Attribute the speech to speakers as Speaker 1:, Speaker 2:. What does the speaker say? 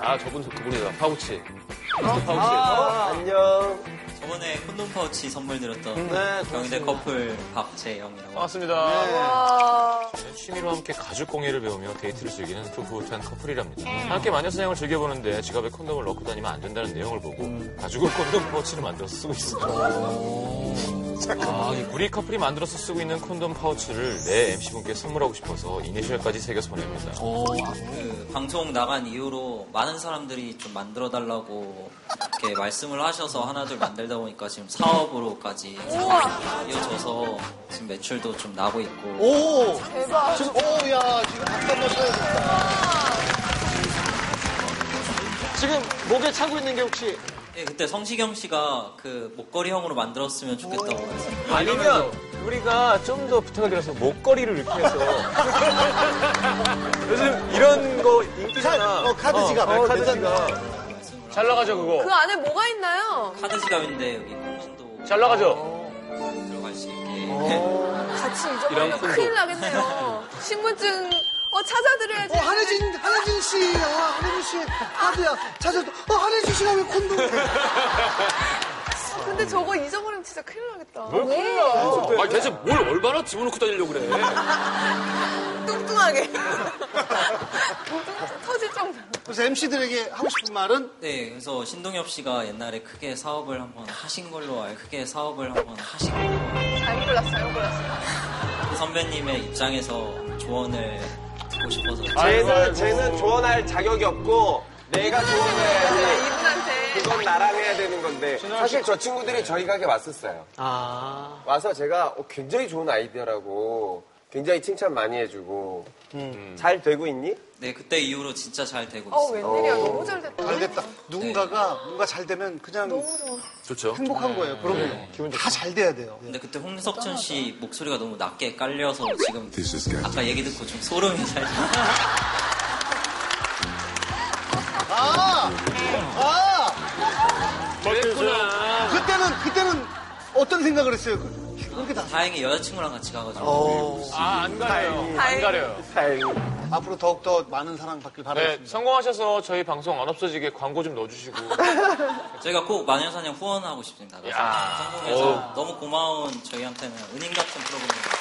Speaker 1: 아, 저분, 그분이다. 파우치. 파우치.
Speaker 2: 아.
Speaker 3: 어,
Speaker 4: 안녕.
Speaker 5: 저번에 콘돔 파우치 선물 드렸던
Speaker 4: 네,
Speaker 5: 경희대 커플 박재영이라고
Speaker 1: 반갑습니다.
Speaker 3: 네, 취미로 함께 가죽 공예를 배우며 데이트를 즐기는 두 부부한 커플이랍니다. 함께 마녀사냥을 즐겨보는데 지갑에 콘돔을 넣고 다니면 안 된다는 내용을 보고 가죽을 콘돔 파우치로 만들어서 쓰고 있습니다. 아, 이 우리 커플이 만들어서 쓰고 있는 콘돔 파우치를 내 MC분께 선물하고 싶어서 이니셜까지 새겨서 보냅니다.
Speaker 5: 그 방송 나간 이후로 많은 사람들이 좀 만들어 달라고 이렇게 말씀을 하셔서 하나둘 만들다 보니까 지금 사업으로까지 이어져서 지금 매출도 좀 나고 있고
Speaker 4: 오!
Speaker 6: 대박.
Speaker 4: 지금, 오, 야, 지금 박수 한번 쳐야 지금 목에 차고 있는 게 혹시
Speaker 5: 예, 그때 성시경 씨가 그 목걸이형으로 만들었으면 좋겠다고 말씀.
Speaker 3: 아니면 우리가 좀 더 부탁을 드려서 목걸이를 이렇게 해서 요즘 이런 거 인기잖아.
Speaker 4: 어, 카드 지갑.
Speaker 3: 어, 카드
Speaker 4: 괜찮네.
Speaker 3: 지갑.
Speaker 1: 잘 나가죠, 그거.
Speaker 6: 그 안에 뭐가 있나요?
Speaker 5: 카드 지갑인데 여기 공문도
Speaker 1: 잘 나가죠?
Speaker 5: 들어갈 수 있게.
Speaker 6: 같이
Speaker 1: 이런
Speaker 6: 잊어버리면
Speaker 1: 콘돔.
Speaker 6: 큰일 나겠네요. 신분증 어 찾아드려야지.
Speaker 2: 어, 한혜진, 한혜진 씨, 아, 한혜진 씨, 아드야, 찾아, 어, 한혜진 씨가 왜 콘돔?
Speaker 6: 어, 근데 저거 잊어버리면 진짜 큰일 나겠다.
Speaker 3: 어,
Speaker 1: 아, 대체 뭘 얼마나 집어넣고 다니려고 그래.
Speaker 6: 뚱뚱하게. 뚱뚱 터질 정도.
Speaker 2: 그래서 MC들에게 하고 싶은 말은
Speaker 5: 네, 그래서 신동엽 씨가 옛날에 크게 사업을 한번 하신 걸로 알, 크게 사업을 한번 하신 걸로 알.
Speaker 6: 잘못 골랐어, 잘못 골랐어.
Speaker 5: 그 선배님의 입장에서 조언을 듣고 싶어서.
Speaker 4: 쟤는, 쟤는 조언할 자격이 없고, 내가 조언을 해야 돼.
Speaker 6: 네, 이분한테.
Speaker 4: 그건 나랑 해야 되는 건데 사실 저 친구들이 저희 가게 왔었어요. 와서 제가 어, 굉장히 좋은 아이디어라고 굉장히 칭찬 많이 해주고 잘 되고 있니?
Speaker 5: 네, 그때 이후로 진짜 잘 되고
Speaker 6: 어, 아,
Speaker 5: 있어요.
Speaker 6: 웬일이야. 너무 잘 됐다.
Speaker 2: 잘 됐다. 누군가가 뭔가 잘 되면 그냥
Speaker 1: 좋죠.
Speaker 2: 행복한 거예요. 그럼요. 다 네, 잘 돼야 돼요.
Speaker 5: 근데 그때 홍석천 씨 목소리가 너무 낮게 깔려서 지금 아까 얘기 듣고 좀 소름이 살짝.
Speaker 2: 아! 아!
Speaker 1: 그랬구나.
Speaker 2: 그때는, 그때는 어떤 생각을 했어요? 그렇게 다.
Speaker 5: 다행히 여자친구랑 같이 가가지고.
Speaker 2: 어,
Speaker 1: 아, 안 가려요. 안
Speaker 6: 다행이다.
Speaker 1: 가려요.
Speaker 4: 다행히.
Speaker 2: 앞으로 더욱더 많은 사랑 받길
Speaker 3: 네,
Speaker 2: 바라겠습니다.
Speaker 3: 성공하셔서 저희 방송 안 없어지게 광고 좀 넣어주시고.
Speaker 5: 저희가 꼭 마녀사냥 후원하고 싶습니다. 그래서
Speaker 3: 야.
Speaker 5: 성공해서 너무 고마운 저희한테는 은인 같은 프로그램입니다.